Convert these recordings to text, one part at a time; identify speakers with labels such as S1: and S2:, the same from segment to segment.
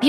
S1: 美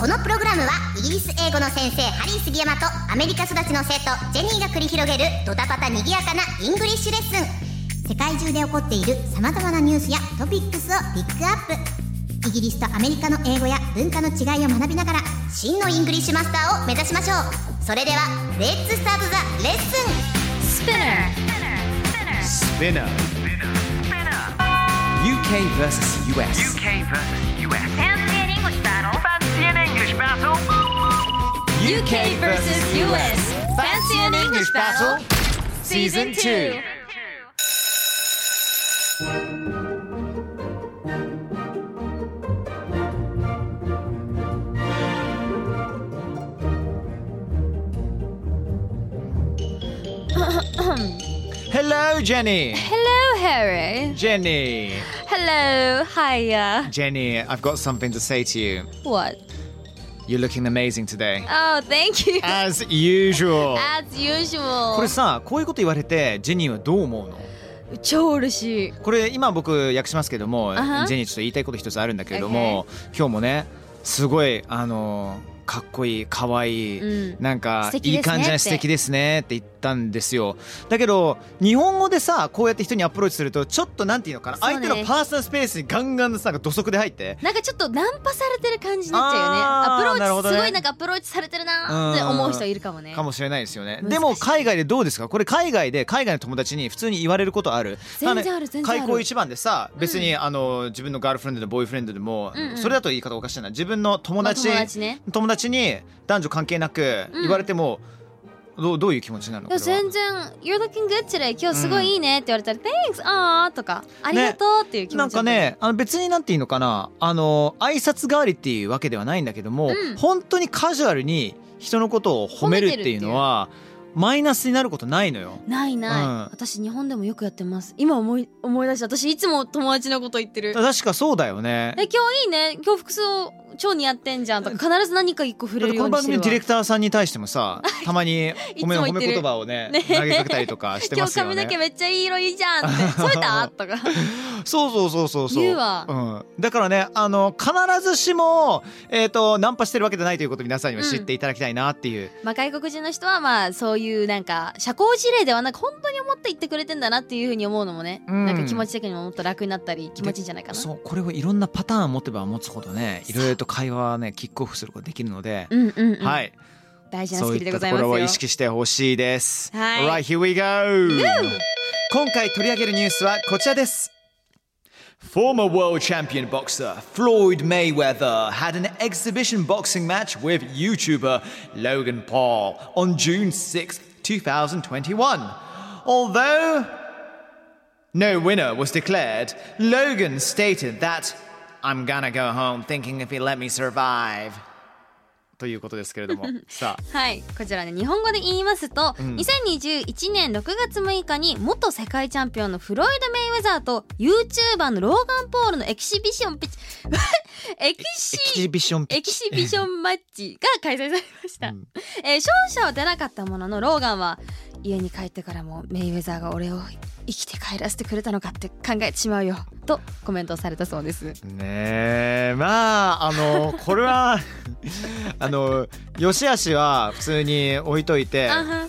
S2: このプログラムはイギリス英語の先生ハリー杉山とアメリカ育ちの生徒ジェニーが繰り広げるドタパタにぎやかなイングリッシュレッスン世界中で起こっている様々なニュースやトピックスをピックアップイギリスとアメリカの英語や文化の違いを学びながら真のイングリッシュマスターを目指しましょうそれではレッツスタートザレッスン
S3: Spinner. UK versus US.
S4: UK versus US. Fancy an English battle. Fancy an English battle.
S3: UK versus US. Fancy an English battle? Season 2. 2. Hello, Jenny.
S5: Hello, Harry.
S3: Jenny.
S5: Hello, hiya.
S3: Jenny, I've got something to say to you.
S5: What?
S3: You're looking amazing today.
S5: Oh, thank you.
S3: As usual.
S5: As
S3: これ
S5: usual.
S3: さこういうこと言われてジェニーはどう思うの
S5: 超嬉しい。
S3: これ今僕訳しますけども、
S5: あは
S3: ジェニーちょっと言いたいこと一つあるんだけれども、今日もねすごいあのかっこいいかわいい、
S5: うん
S3: なんか
S5: 素敵
S3: い
S5: ですね
S3: い感じ
S5: っ
S3: な
S5: て
S3: 素敵ですねって言ったんですよだけど日本語でさこうやって人にアプローチするとちょっとなんていうのかな、
S5: そうね
S3: 相手のパーソナルスペースにガンガンさ土足で入って
S5: なんかちょっとナンパされてる感じになっち
S3: あー
S5: ゃうよね。アプ
S3: なる
S5: ロ
S3: ほ
S5: ーチ、
S3: どね
S5: すごいなんかアプローチされてるなーって思う人いるかもね。
S3: かもしれないですよね
S5: 難しい
S3: でも海外でどうですかこれ海外で海外の友達に普通に言われることある
S5: 全然ある全然ある
S3: 開口一番でさ別に、あの自分のガールフレンドでもボーイフレンドでも、
S5: うんうん
S3: それだと言い方おかしいな自分の友達,、
S5: まあ友達ね
S3: 友達に男女関係なく
S5: うん
S3: 言われても、どうどういう気持ちになるの
S5: いや
S3: これは
S5: 全然「You're looking good today 今日すごいいいね」って言われたら「Thanks! あー」とか「ありがとう」っていう気
S3: な
S5: 持
S3: ん
S5: ちだ
S3: か
S5: ったり
S3: ねあの別になんていうのかなあの挨拶代わりっていうわけではないんだけども、
S5: うん
S3: 本当にカジュアルに人のことを褒めるっていうのはマイナスになることないのよ。
S5: ないない、
S3: うん
S5: 私日本でもよくやってます今思い思い出した私いつも友達のこと言ってる
S3: 確かそうだよね
S5: え。今日いいね今日服装超似合ってんじゃんとか必ず何か一個触
S3: だ
S5: れ
S3: って
S5: るよ
S3: この
S5: うに
S3: 番
S5: して
S3: 組
S5: る
S3: のディレ
S5: わ
S3: クターさんに対しても さたまに褒めの褒
S5: いつも言っ
S3: め
S5: てる
S3: 言葉をね
S5: ね
S3: 投げかけたりとかして
S5: 今
S3: ま
S5: 日
S3: すよ
S5: 髪の
S3: ね
S5: 毛。めっちゃいい色いいじゃんって 「染めた?」とか
S3: そうそうそうそうそう。
S5: 言うわ
S3: うん、だからねあの必ずしも、えー、とナンパしてるわけじゃないということを皆さんには知っていただきたいなっていう。
S5: まあ外国人の人はまあそういうなんか社交辞令ではなく本当に思って言ってくれてんだなっていうふうに思うのもね、
S3: うん
S5: なんか気持ち的にももっと楽になったり気持ちいいんじゃないかな。
S3: そうこれをいろんなパターン持てば持つほどねいろいろと会話はねキックオフすることができるので、
S5: うんうんうん、
S3: はい
S5: 大事なス
S3: そう
S5: キ
S3: い
S5: ル
S3: ったと
S5: でござい
S3: こ
S5: ます
S3: ろを意
S5: よ。
S3: 識してほしいです。
S5: はい
S3: Right, here we go! 今回取り上げるニュースはこちらです。Former world champion boxer Floyd Mayweather had an exhibition boxing match with YouTuber Logan Paul on June 6, 2021. Although no winner was declared, Logan stated that I'm gonna go home thinking if he let me survive. ということですけれども、 さあ。
S5: はい、こちらね日本語で言いますと、2021年6月6日に元世界チャンピオンのフロイド・メイウェザーと YouTuber のローガン・ポールのエキシビションピッチエキシ
S3: エキビション
S5: エキシビションマッチが開催されました、えー勝者は出なかったもののローガンは家に帰ってからもメイウェザーが俺を生きて帰らせてくれたのかって考えてしまうよとコメントをされたそうです
S3: ねえまああ のこれはあのよしあしは普通に置いといて
S5: あは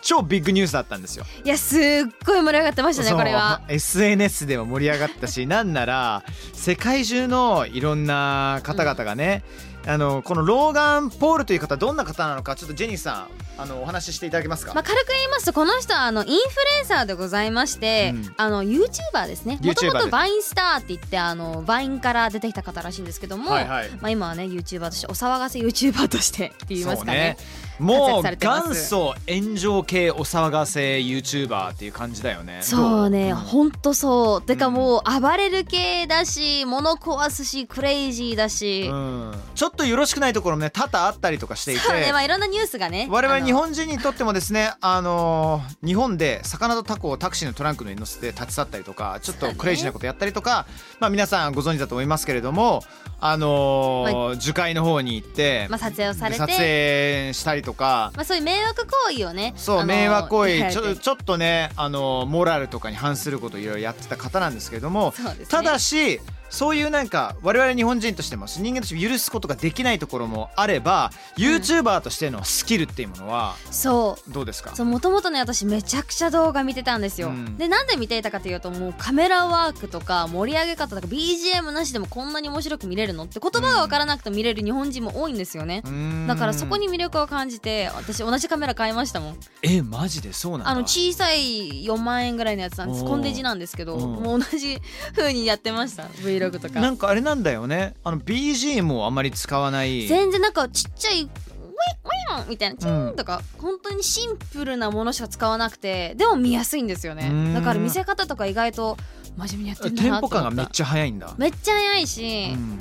S3: 超ビッグニュースだったんですよ。
S5: いやすっごい盛り上がってましたねこれは
S3: そう SNS でも盛り上がったしなんなら世界中のいろんな方々がね、あのこのローガン・ポールという方どんな方なのかちょっとジェニーさん
S6: あのお話ししていただけますか、
S5: まあ、軽く言いますとこの人はあのインフルエンサーでございまして、
S6: うん
S5: あの YouTuber ですね
S6: YouTuber
S5: もとも
S6: で
S5: と
S6: す
S5: バインスターって言ってあのバインから出てきた方らしいんですけども、
S6: はいはい
S5: まあ、今はね YouTuber としてお騒がせ YouTuber としてって言いますかね
S3: そうねもう
S5: 活躍されてます
S3: 元祖炎上系お騒がせ YouTuber っていう感じだよね
S5: そうね、
S3: ど
S5: ほんとそうてかもう暴れる系だし物壊すしクレイジーだし、
S3: うん、ちょっとよろしくないところもね多々あったりとかしていて
S5: そうねまあいろんなニュースがね
S3: 我
S5: あ
S3: 々
S5: の
S3: 日本人にとってもですね、あのー日本で魚とタコをタクシーのトランクに乗せて立ち去ったりとかちょっとクレイジーなことやったりとか、まあ、皆さんご存知だと思いますけれども、あのー樹海の方に行って、
S5: まあ、撮影をされ
S3: で
S5: て
S3: 撮影したりとか。
S5: まあ、そういう迷惑行為をね
S3: そ
S5: あ
S3: う
S5: の
S3: 迷惑行
S5: やら
S3: 為
S5: れ
S3: ち
S5: て
S3: ょちょっとねあのーモラルとかに反することをいろいろやってた方なんですけれども、
S5: そうですね
S3: ただしそういうなんか我々日本人としても人間として許すことができないところもあれば、YouTuber としてのスキルっていうものは
S5: そう
S3: どうですか
S5: そうもともとね私めちゃくちゃ動画見てたんですよ、
S3: うん
S5: でなんで見ていたかというともうカメラワークとか盛り上げ方とか BGM なしでもこんなに面白く見れるのって言葉が分からなくても見れる日本人も多いんですよね、だからそこに魅力を感じて私同じカメラ買いましたもん
S3: えマジでそうなんだ
S5: あの小さい4万円ぐらいのやつなんです
S3: おー
S5: コンデジなんですけど、
S3: うん
S5: もう同じ風にやってました Vlog と
S3: な
S5: か
S3: んかあれなんだよねあの BGM をあまり使わない
S5: 全然なんかちっちゃいウィンウィンみたいなチ
S3: う
S5: ー
S3: ん
S5: ンとか、本当にシンプルなものしか使わなくてでも見やすいんですよ
S3: う
S5: ね
S3: ん
S5: だから見せ方とか意外と真面目にやってるんだ
S3: テン
S5: なと
S3: ポ
S5: 思
S3: 感
S5: った
S3: がめっちゃ速いんだ、
S5: めっちゃ早いし、
S3: うん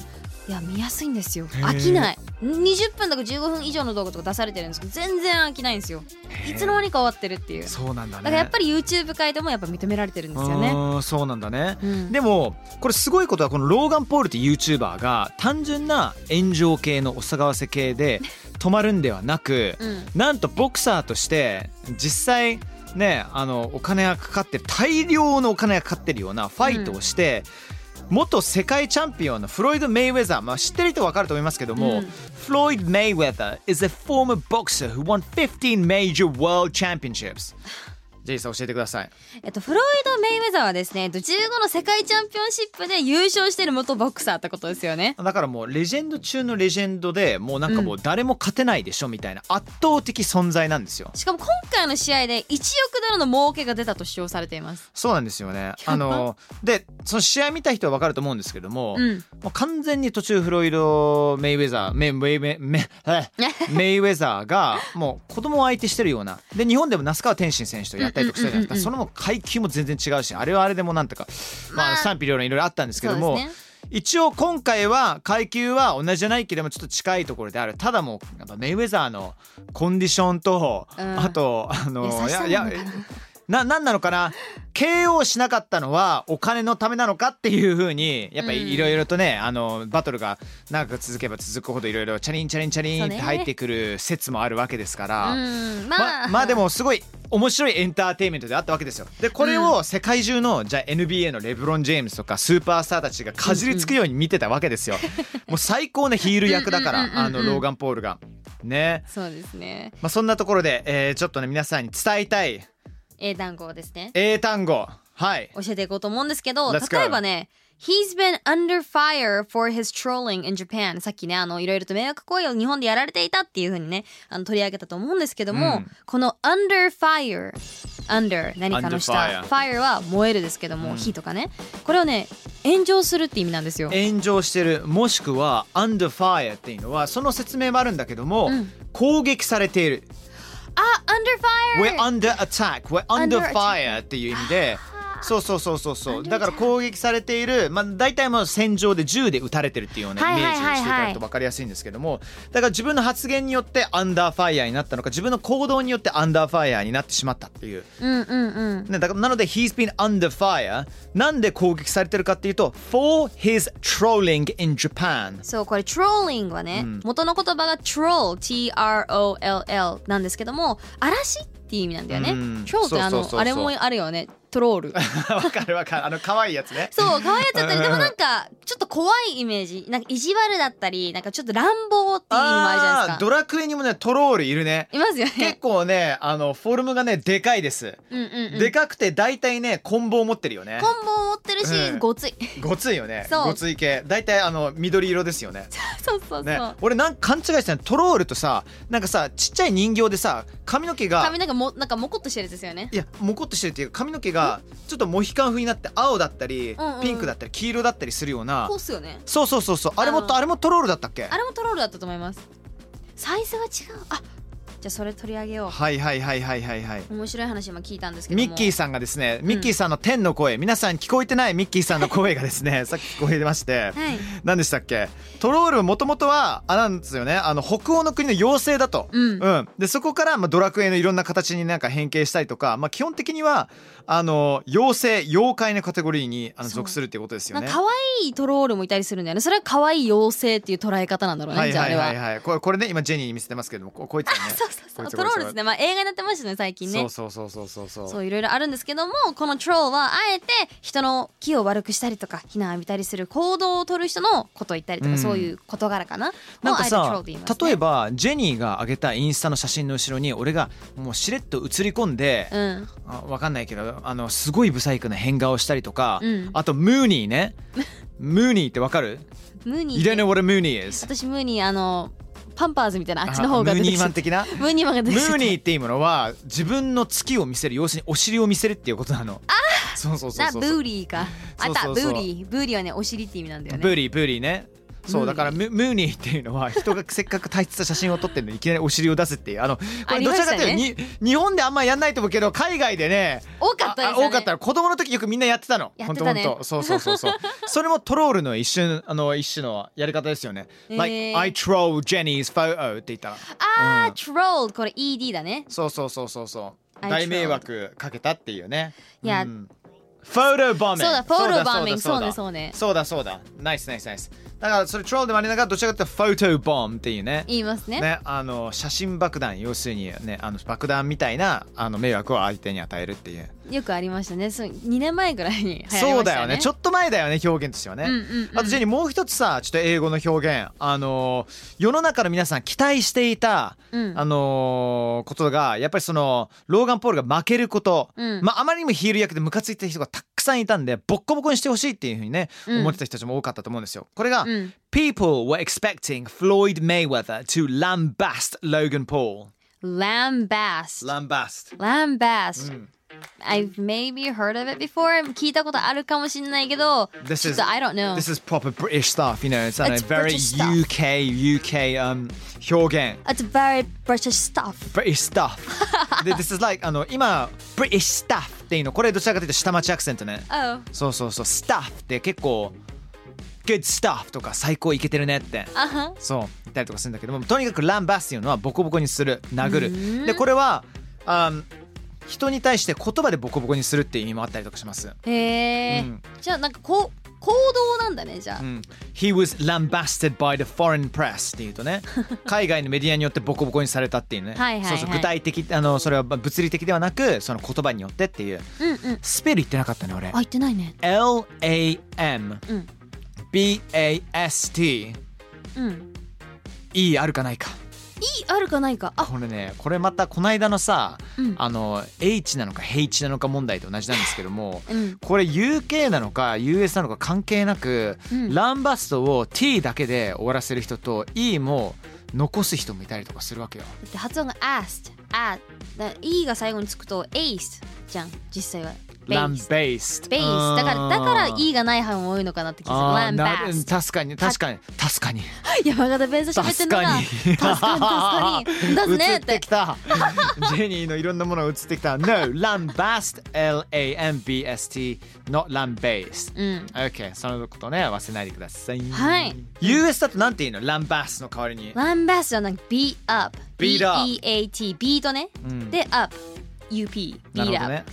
S5: いや見やすいんですよ
S3: ー
S5: 飽きない20分とか15分以上の動画とか出されてるんですけど全然飽きないんですよいつの間にか終わってるっていう
S3: そうなんだね
S5: だからやっぱり YouTube 界でもやっぱ認められてるんですよ
S3: う
S5: ね。
S3: ーんそうなんだね、
S5: うん
S3: でもこれすごいことはこのローガン・ポールっていう YouTuber が単純な炎上系のお騒がせ系で止まるんではなく、
S5: うん
S3: なんとボクサーとして実際ねあのお金がかかってる大量のお金がかかってるようなファイトをして、元世界チャンピオンのフロイド・メイウェザー、まあ、知ってる人は分かると思いますけども、
S5: うん
S3: フロイド・メイウェザー is a former boxer who won 15 major world championships ジェイさん教えてください
S5: えっと、フロイド・メイウェザーはですね、えっと15の世界チャンピオンシップで優勝してる元ボクサーってことですよね。
S3: だからもうレジェンド中のレジェンドでもうなんかもう誰も勝てないでしょみたいな圧倒的存在なんですよ
S5: しかも今回の試合で1億ドルの儲けが出たと主張されています。
S3: そうなんですよねあのでその試合見た人は分かると思うんですけども、
S5: うん。
S3: もう完全に途中フロイド・メイウェザーメイメイメイメイメイウェザーがもう子供を相手してるようなで日本でも那須川天心選手とやったりとかしたじゃないですか、
S5: うんうんうんう
S3: その
S5: ん
S3: もう階級も全然違うしあれはあれでもなんとか、ま
S5: ま
S3: あ、
S5: あ
S3: 賛否両論いろいろあったんですけども、
S5: そうです
S3: 一応今回は階級は同じじゃないけどもちょっと近いところであるただもうやっぱメイウェザーのコンディションと、
S5: うん
S3: あとあの
S5: 優しさなのかな
S3: ななんなのかな KO しなかったのはお金のためなのかっていうふうにやっぱ
S5: うん
S3: りいろいろとね、あのバトルが長く続けば続くほどいろいろチャリンチャリンチャリンって入ってくる説もあるわけですから、
S5: うん。ま
S3: ま
S5: あ、
S3: まあでもすごい面白いエンターテインメントであったわけですよでこれを世界中のじゃあ NBA のレブロン・ジェームズとかスーパースターたちがかじりつくように見てたわけですよ、もう最高なヒール役だか
S5: うんうんうん
S3: ら
S5: うん
S3: あのローガン・ポールがね
S5: そうですね。
S3: まあそんなところで、えーちょっとね皆さんに伝えたい
S5: 英単語をですね、
S3: 英単語はい
S5: 教えていこうと思うんですけど、例
S3: Let's go
S5: えばね、He's been under fire for his trolling in Japan. さっきね、あの、いろいろと迷惑行為を日本でやられていたっていうふうにね、あの取り上げたと思うんですけども、
S3: うん
S5: この under fire、under 何かの下、
S3: Under fire
S5: fire は燃えるですけども、火とかね、これをね、炎上するって意味なんですよ。
S3: 炎上してるもしくは under fire っていうのはその説明もあるんだけども、
S5: うん
S3: 攻撃されている
S5: あ、under
S3: We're
S5: fire!
S3: under attack, we're
S5: Under
S3: under
S5: attack
S3: fire っていう意味で。そうそうそうそうそう
S5: Under attack
S3: だから攻撃されている、まあ、大体まあ戦場で銃で撃たれてるっていうようなイ
S5: はい
S3: メ
S5: は
S3: ー
S5: い
S3: ジ
S5: はい
S3: にし
S5: はい
S3: ていただくと分かりやすいんですけどもだから自分の発言によってアンダーファイヤーになったのか自分の行動によってアンダーファイヤーになってしまったっていう、
S5: うんうんうん。
S3: ね、だからなので He's been under fire なんで攻撃されてるかっていうと For his trolling in Japan
S5: そうこれ trolling はね、元の言葉が troll T-R-O-L-L なんですけども嵐っていう意味なんだよね、
S3: うん
S5: troll って
S3: そうそ
S5: あの
S3: うそうそう
S5: あれもあるよねトロール
S3: わかるわかるあの可愛いやつね
S5: そう可愛いやつだ ったりでもなんかちょっと怖いイメージなんか意地悪だったりなんかちょっと乱暴っていう意味もあるじゃないで
S3: ー
S5: す
S3: ド
S5: か
S3: ラクエにもねトロールいるね
S5: いますよ
S3: 結
S5: ね
S3: 構ねあのフォルムがねでかいです、
S5: うんうんうん
S3: でかくて大体ね棍棒持ってるよね
S5: コンボを持ってるし、
S3: うん
S5: ごつい
S3: ごついよね
S5: そう
S3: ごつい系大体あの緑色ですよね
S5: そうそうそう、
S3: ね、俺なんか勘違いしたのトロールとさなんかさちっちゃい人形でさ髪の毛が
S5: 髪なんかもなんかもこっとしてるやつですよね
S3: いやモコっとしてるっていうか髪の毛がちょっとモヒカン風になって青だったり、
S5: うんうん
S3: ピンクだったり黄色だったりするような
S5: こうっすよね
S3: そうそうそうそうあれも
S5: あの
S3: あれもトロールだったっけ
S5: あれもトロールだったと思いますサイズが違うあじゃあそれ取り上げよ
S3: はいはいはいはいはいはいう
S5: 面白い話今聞いたんですけども
S3: ミッキーさんがですねミッキーさんの天の声、皆さん聞こえてないミッキーさんの声がです ねさっき聞こえてまして
S5: はい
S3: 何でしたっけトロールもともとはあれなんですよねあの北欧の国の妖精だと、
S5: うん
S3: でそこから、まあ、ドラクエのいろんな形になんか変形したりとか、まあ、基本的にはあの妖精妖怪のカテゴリーにあの
S5: そう
S3: 属するってことですよ
S5: なん
S3: ね
S5: か。可愛いトロールもいたりするんだよねそれは可愛い妖精っていう捉え方なんだろうね、
S3: はい
S5: じゃああ
S3: はい
S5: れは、
S3: はいはいこれこれね今ジェニーに見せてますけどもここいつはね
S5: そうそ
S3: こ
S5: うそ
S3: いうつ
S5: トロールで
S3: こ
S5: す
S3: い
S5: ねまあ映画になってましたね最近
S3: つ
S5: ね
S3: そうそうそうそうそう
S5: そ
S3: そう
S5: ういろいろあるんですけどもこのトロールはあえて人の気を悪くしたりとか非難を浴びたりする行動を取る人のことを言ったりとか、
S3: うん
S5: そういう事柄かな
S3: なん
S5: をあ
S3: か
S5: えてトロール
S3: さ
S5: と言います、ね、
S3: 例えばジェニーが上げたインスタの写真の後ろに俺がもうしれっと映り込んで、
S5: うん
S3: あわかんないけどあのすごいブサイクな変顔したりとか、
S5: うん
S3: あとムーニー ねムーニーってわかる
S5: ムーニー
S3: ?You don't know what a Mooney is
S5: 私ムーニーあのパンパーズみたいなあっちの方が
S3: ムー
S5: 出て
S3: ニ
S5: き
S3: ー
S5: た
S3: マン的 な
S5: ムーニーマンが出
S3: ム
S5: てきた
S3: ーニーっていうものは自分の月を見せる要するにお尻を見せるっていうことなのあそうそうそう
S5: な
S3: そ
S5: ブ
S3: うそう
S5: ーリーかあ
S3: そ
S5: っ
S3: う
S5: た
S3: そう
S5: ブ
S3: そう
S5: ーリーブーリーはねお尻って意味なんだよね
S3: ブーリーブーリーねそ
S5: ムーニー
S3: うだからムムーニーっていうのは人がせっかく大切な写真を撮ってるのにいきなりお尻を出すっていうあのこ
S5: あ
S3: れ
S5: り
S3: ど
S5: ま
S3: ち
S5: し
S3: ら
S5: た
S3: か
S5: ね
S3: というとに日本であんまやんないと思うけど海外でね
S5: 多かったですよね
S3: ああ多かったの子供の時よくみんなやってたの
S5: やってたね
S3: ほんとほんとそうそう そうそうそれもトロールの一種あの一種のやり方ですよね、
S5: へ
S3: like
S5: ー
S3: I troll Jenny's photo って言ったら
S5: あー、トロールこれ ED だね
S3: そうそうそうそうそう
S5: I
S3: 大迷惑かけたっていうね
S5: いや
S3: うんフォトボーミング
S5: そうだフォトボーミング
S3: そうだ
S5: そうね
S3: そうだそうだナイスナイスナイスだからそれトロールでもありながらどちらかというとフォトボームっていうね
S5: 言いますね
S3: ね、あの写真爆弾要するにねあの爆弾みたいなあの迷惑を相手に与えるっていう
S5: よくありましたねそう2年前ぐらいに流行りましたよね
S3: そうだよねちょっと前だよね表現としてはね、
S5: うんうんうん
S3: あとジェニーもう一つさちょっと英語の表現あのー世の中の皆さん期待していた、
S5: うん
S3: あのーことがやっぱりそのローガン・ポールが負けること、
S5: うん
S3: まああまりにもヒール役でムカついてる人がたくさんいたんでボッコボコにしてほしいっていうふうにね、
S5: うん
S3: 思ってた人たちも多かったと思うんですよこれが、
S5: うん
S3: People were expecting Floyd Mayweather to lambast Logan Paul
S5: ランバース
S3: lambast
S5: ランバース
S3: うん
S5: I've maybe heard of it before 聞いたことあるかもしれないけど
S3: This
S5: ちょっ
S3: is
S5: と I don't know
S3: This is proper British stuff, you know. It's, I don't
S5: It's
S3: know, very
S5: British stuff.
S3: UK UK um 表現。
S5: It's very British stuff
S3: British stuff. で This is like あの今 British stuff っていうのこれどちらかというと下町アクセントね。
S5: Oh
S3: そうそうそう stuff って結構 good stuff とか最高いけてるねって。
S5: あは
S3: そう言ったりとかするんだけどもとにかくランバスっていうのはボコボコにする殴るでこれはあん人に対して言葉でボコボコにするっていう意味もあったりとかします、
S5: へえ
S3: うん
S5: じゃあなんかこう行動なんだねじゃあ
S3: うん、He was lambasted by the foreign press っていうと ね海外のメディアによってボコボコにされたっていうね
S5: はいはいはい
S3: そうそう具体的あのそれはまあ物理的ではなくその言葉によってっていう
S5: うんうん
S3: スペル言ってなかったね俺
S5: あ言ってないね
S3: LAM、
S5: うん
S3: BAST
S5: うん
S3: E あるかないか
S5: いいあるかないかあ
S3: これねこれまたこの間のさ、
S5: うん
S3: あの H なのか H なのか問題と同じなんですけども
S5: うん
S3: これ UK なのか US なのか関係なく、
S5: うん
S3: ランバストを T だけで終わらせる人と E も残す人もいたりとかするわけよ。
S5: だって発音が asked あだ E が最後につくと aced じゃん実際は
S3: ランベイス。
S5: ベースだからだから
S3: い
S5: E がない班多いのかなって気がする
S3: あ
S5: ラ
S3: ー
S5: ンバ
S3: な
S5: ース
S3: 確かに確かに確かに
S5: 山形弁護士喋っ
S3: 確
S5: てんの
S3: か
S5: が
S3: に
S5: 確かに確かにだね
S3: 映
S5: っ
S3: って
S5: て
S3: きたジェニーのいろんなものが映ってきた No lambast L-A-M-B-S-T not lambast
S5: うん
S3: OK そのことね忘れないでください
S5: はい
S3: US だとなんていうのランバースの代わりに
S5: ランバースじゃなく beat up
S3: Beat up
S5: B-E-A-T ビートね
S3: ん
S5: で up UP
S3: なる
S5: beat
S3: ほど
S5: up
S3: ね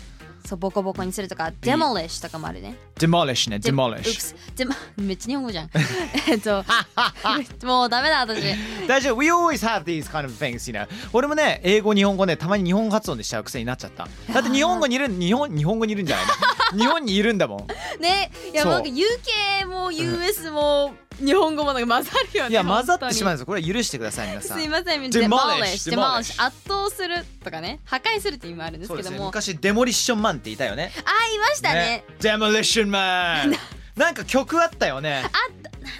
S5: そうボコボコにするとか demolish とかもあるね
S3: demolish ね
S5: で
S3: demolish
S5: Oops でま めっちゃ日本語 じゃんえっともうダメだ私
S3: 大丈夫 We always have these kind of things you know 俺もね英語日本語ねたまに日本語発音でしちゃう癖になっちゃ っただって日本語にいる日本日本語にいるんじゃないの 日本にいるんだもん
S5: ねいや
S3: そう
S5: なんか UK も US も日本語もなんか混ざるよね
S3: いや混ざってしまうんで
S5: う
S3: すよこれは許してください皆さん
S5: すいません
S3: Demolish
S5: demolish
S3: Demolish
S5: demolish 圧倒するとかね破壊するって意味もあるんです
S3: そう
S5: け
S3: です
S5: ど
S3: ね
S5: も
S3: 昔デモリッションマンっていたよね
S5: あいましたね。
S3: デモリッションマンなんか曲あったよね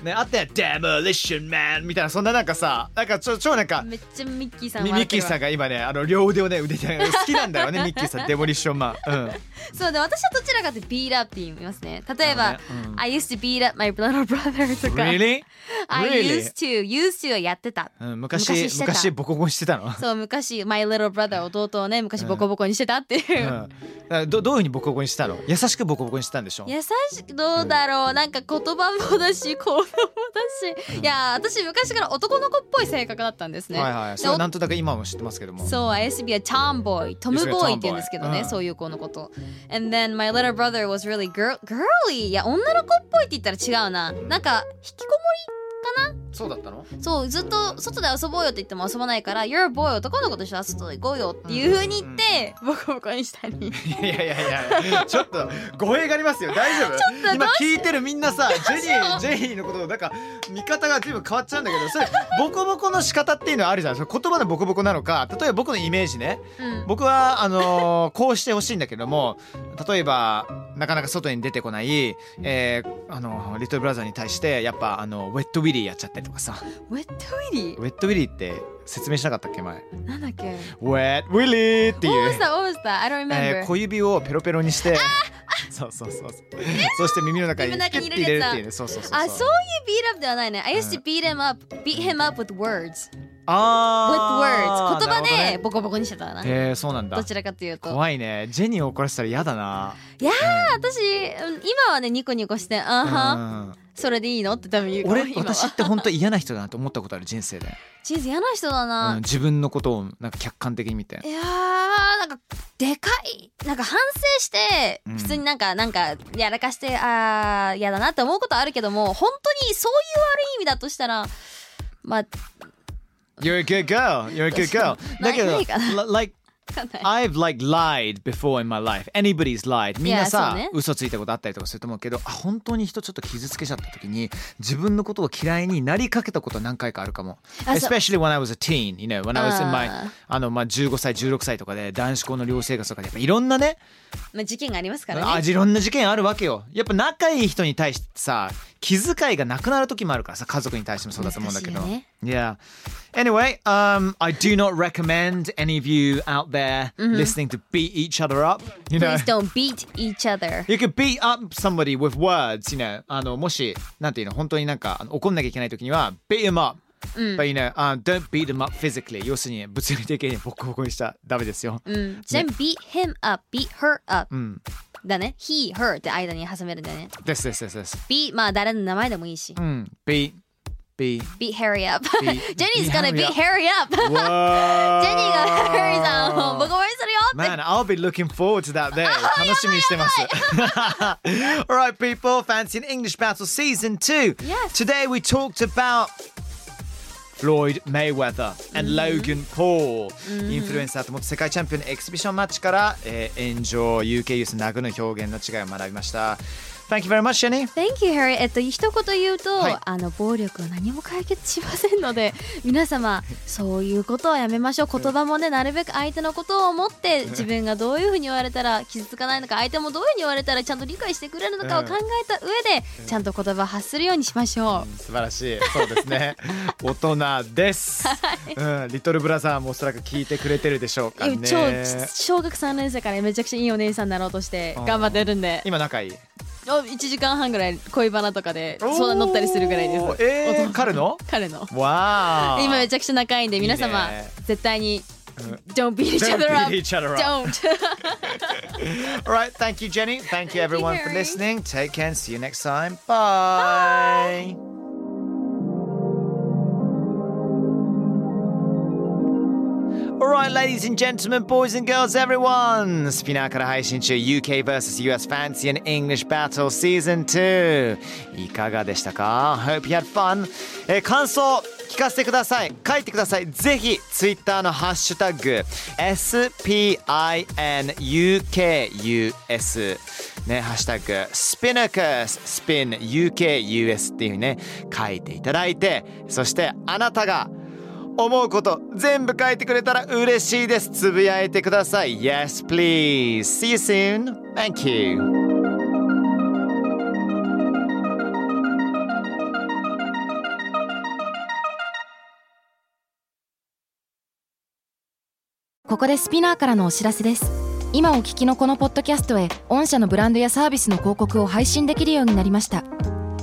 S3: ね、あったやん Demolition Man みたいなそんななんかさなんかちょ超なんか
S5: めっちゃミッキーさん
S3: ミ
S5: 笑
S3: ミ
S5: っ
S3: ッキ
S5: て
S3: ー
S5: るわ
S3: さんが今ねあの両腕をね腕じゃない好きなんだよ ねミッキーさんデモリッションマン、うん、
S5: そうで私はどちらかってビーラーって言いますね例えば、
S3: そうねうん
S5: I used to beat up my little brother とか、
S3: Really?
S5: I
S3: Really?
S5: used to used to はやってた
S3: うん、昔
S5: 昔して
S3: 昔
S5: た
S3: ボコボコにしてたの、
S5: そう昔 my little brother 弟をね昔ボコボコにしてたっていうう、
S3: ん、あどどういうふうにボコボコにしたの優しくボコボコにしたんでしょ
S5: 優しくどうだろうなんか言葉もだし行動もだしいや私昔から男の子っぽい性格だったんですね。
S3: はいはいそ
S5: で
S3: れなんとなく今も知ってますけども
S5: そう、SB はトムボーイ、トムボーイって言うんですけどね、
S3: うん
S5: そういう子のこと。And then my little brother was really girl girly。いや、女の子っぽいって言ったら違うな。なんか、引きこ
S3: そうだったの
S5: もり、そう、ずっと外で遊ぼうよって言っても遊ばないから、You're a boy、男の子として遊ぼうこうよっていう風に言って、ボコボコにしたり。
S3: いやいやいやいやちょっと語弊がありますよ大丈夫今聞いてるみんなさジェニージェニーのことをなんか見方が随分変わっちゃうんだけどそれボコボコの仕方っていうのはあるじゃんそれ言葉のボコボコなのか例えば僕のイメージね
S5: うん。
S3: 僕はあのーこうしてほしいんだけども例えばなかなか外に出てこない、えーあのリトルブラザーに対してやっぱあのウェットウィリーやっちゃったりとかさ
S5: ウェットウィリ
S3: ウェットウィリーって説明しなかったっけ前
S5: ーなんだっけ
S3: ウェットウィリーってい
S5: What
S3: う
S5: was that? What was that? I don't
S3: え
S5: remember.
S3: ー小指をペロペロにしてそうそうそうそうそして耳の中に
S5: 耳の中に
S3: キュッ
S5: 入
S3: て
S5: れ
S3: 入れる
S5: るやつだ
S3: っていうねそうそうそうそう
S5: あ、そういうビートアップではないね。I used to beat him up, beat him up with words, with
S3: あー
S5: words. 言
S3: な
S5: 葉
S3: る
S5: で
S3: ほ
S5: ボコボコにしてたな。
S3: どねへえそうなんだ
S5: どちらかというと。
S3: 怖いねジェニーを怒らせたら嫌だない
S5: やー、私、うん今はね、ニコニコして、あんは、それでいいのって多分
S3: うん
S5: 言うかも
S3: 俺
S5: 今
S3: 私
S5: は。
S3: って本当嫌な人だなと思ったことある人生で、
S5: チーズ嫌な人だ
S3: うん
S5: な。
S3: 自分のことをなんか客観的に見て
S5: いやー、なんか、でかい。なんか反省して、
S3: うん
S5: 普通になんか、なんか、やらかして、あー、嫌だなって思うことあるけども、本当にそういう悪い意味だとしたら、まあ、わ
S3: You're a good girl You're a good girl だけど
S5: ないか
S3: li- like
S5: かんな い
S3: I've like lied before in my life anybody's lied みんなさ、
S5: そうね
S3: 嘘ついたことあったりとかすると思うけどあ本当に人ちょっと傷つけちゃった時に自分のことを嫌いになりかけたことは何回かあるかも
S5: あそう
S3: especially when I was a teen you know when I was in my
S5: あー
S3: あのまあ15歳16歳とかで男子校の寮生活とかでやっぱいろんなね
S5: まあ、事件がありますから
S3: あ
S5: ね。
S3: いろんな事件あるわけよやっぱ仲いい人に対してさ気遣いがなくなる時もあるからさ家族に対してもそうだと思うんだけど
S5: 難しいよね
S3: Yeah Anyway um I do not recommend any of you out there listening to beat each other up You know
S5: Please don't beat each other.
S3: You could beat up somebody with words, you know. あの、もし、なんていうの、本当になんかあの怒んなきゃいけないときには、beat him up. But you know,、don't beat him up physically. 要するに物理的にボコボコにしたらダメですよ。
S5: うん。じゃあ、beat him up, beat her up
S3: うん。
S5: だね。he, her って間に挟めるんだよね。
S3: ですですですです。
S5: beat まあ誰の名前でもいいし。
S3: うん。beat, beat.
S5: beat Harry up.
S3: Beat-
S5: Jenny's
S3: beat Harry up.
S5: gonna beat Harry up. Jenny
S3: ジェニー
S5: が Harry さんをボコボコにするよって。
S3: Man, I'll be looking forward to that
S5: Oh,
S3: day. 楽しみにしてます。Alright, people, fancy an English battle season two.
S5: Yes.
S3: Today we talked about Floyd Mayweather and
S5: Mm-hmm.
S3: Logan Paul. インフルエンサーと元世界チャンピオンのエキシビションマッチから、えー、炎上、UK ユース殴る表現の違いを学びました。Thank you very much, Jenny.
S5: Thank you, Harry. えっと、一言言うと、
S3: はい
S5: あの暴力は何も解決しませんので、 皆様、そういうことはやめましょう。言葉もね、なるべく相手のことを思って、自分がどういうふうに言われたら傷つかないのか、相手もどういうふうに言われたらちゃんと理解してくれるのかを
S3: うん
S5: 考えた上で、ちゃんと言葉を発するようにしましょ
S3: 素晴らしい。そうです ね。大人です。うん、リトルブラザーもおそらく聞いてくれてるでしょう
S5: う。
S3: かね。
S5: 超小学3年生からめちゃくちゃいいお姉さんになろうとして頑張ってるんで。
S3: 今仲いい。
S5: あ1時間半ぐらい恋バナとかで相談乗ったりするぐらいです
S3: おーえー
S5: お父さん
S3: 彼の
S5: 彼の
S3: わあ。
S5: 今めちゃくちゃ仲いいん
S3: い
S5: で
S3: いね
S5: 皆様絶対に Don't beat each
S3: Don't
S5: other up
S3: beat each other up.
S5: Don't
S3: All right, thank you, Jenny. Thank you, everyone, for
S5: Harry.
S3: listening. Take care and see you next time. Bye. All right, ladies and gentlemen, boys and girls, everyone. スピナーから配信中 UK vs. US Fancy and English Battle Season 2。いかがでしたか ?Hope you had fun. えー感想聞かせてください。書いてください。ぜひ Twitter のハッシュタグ SPINUKUS。ね、ハッシュタグ、スピナカス、スピン、UK、US っていうふうにね、書いていただいて、そしてあなたが思うこと全部書いてくれたら嬉しいです。つぶやいてください。Yes, please. See you soon. Thank you.
S5: ここでスピナーからのお知らせです今お聞きのこのポッドキャストへ御社のブランドやサービスの広告を配信できるようになりました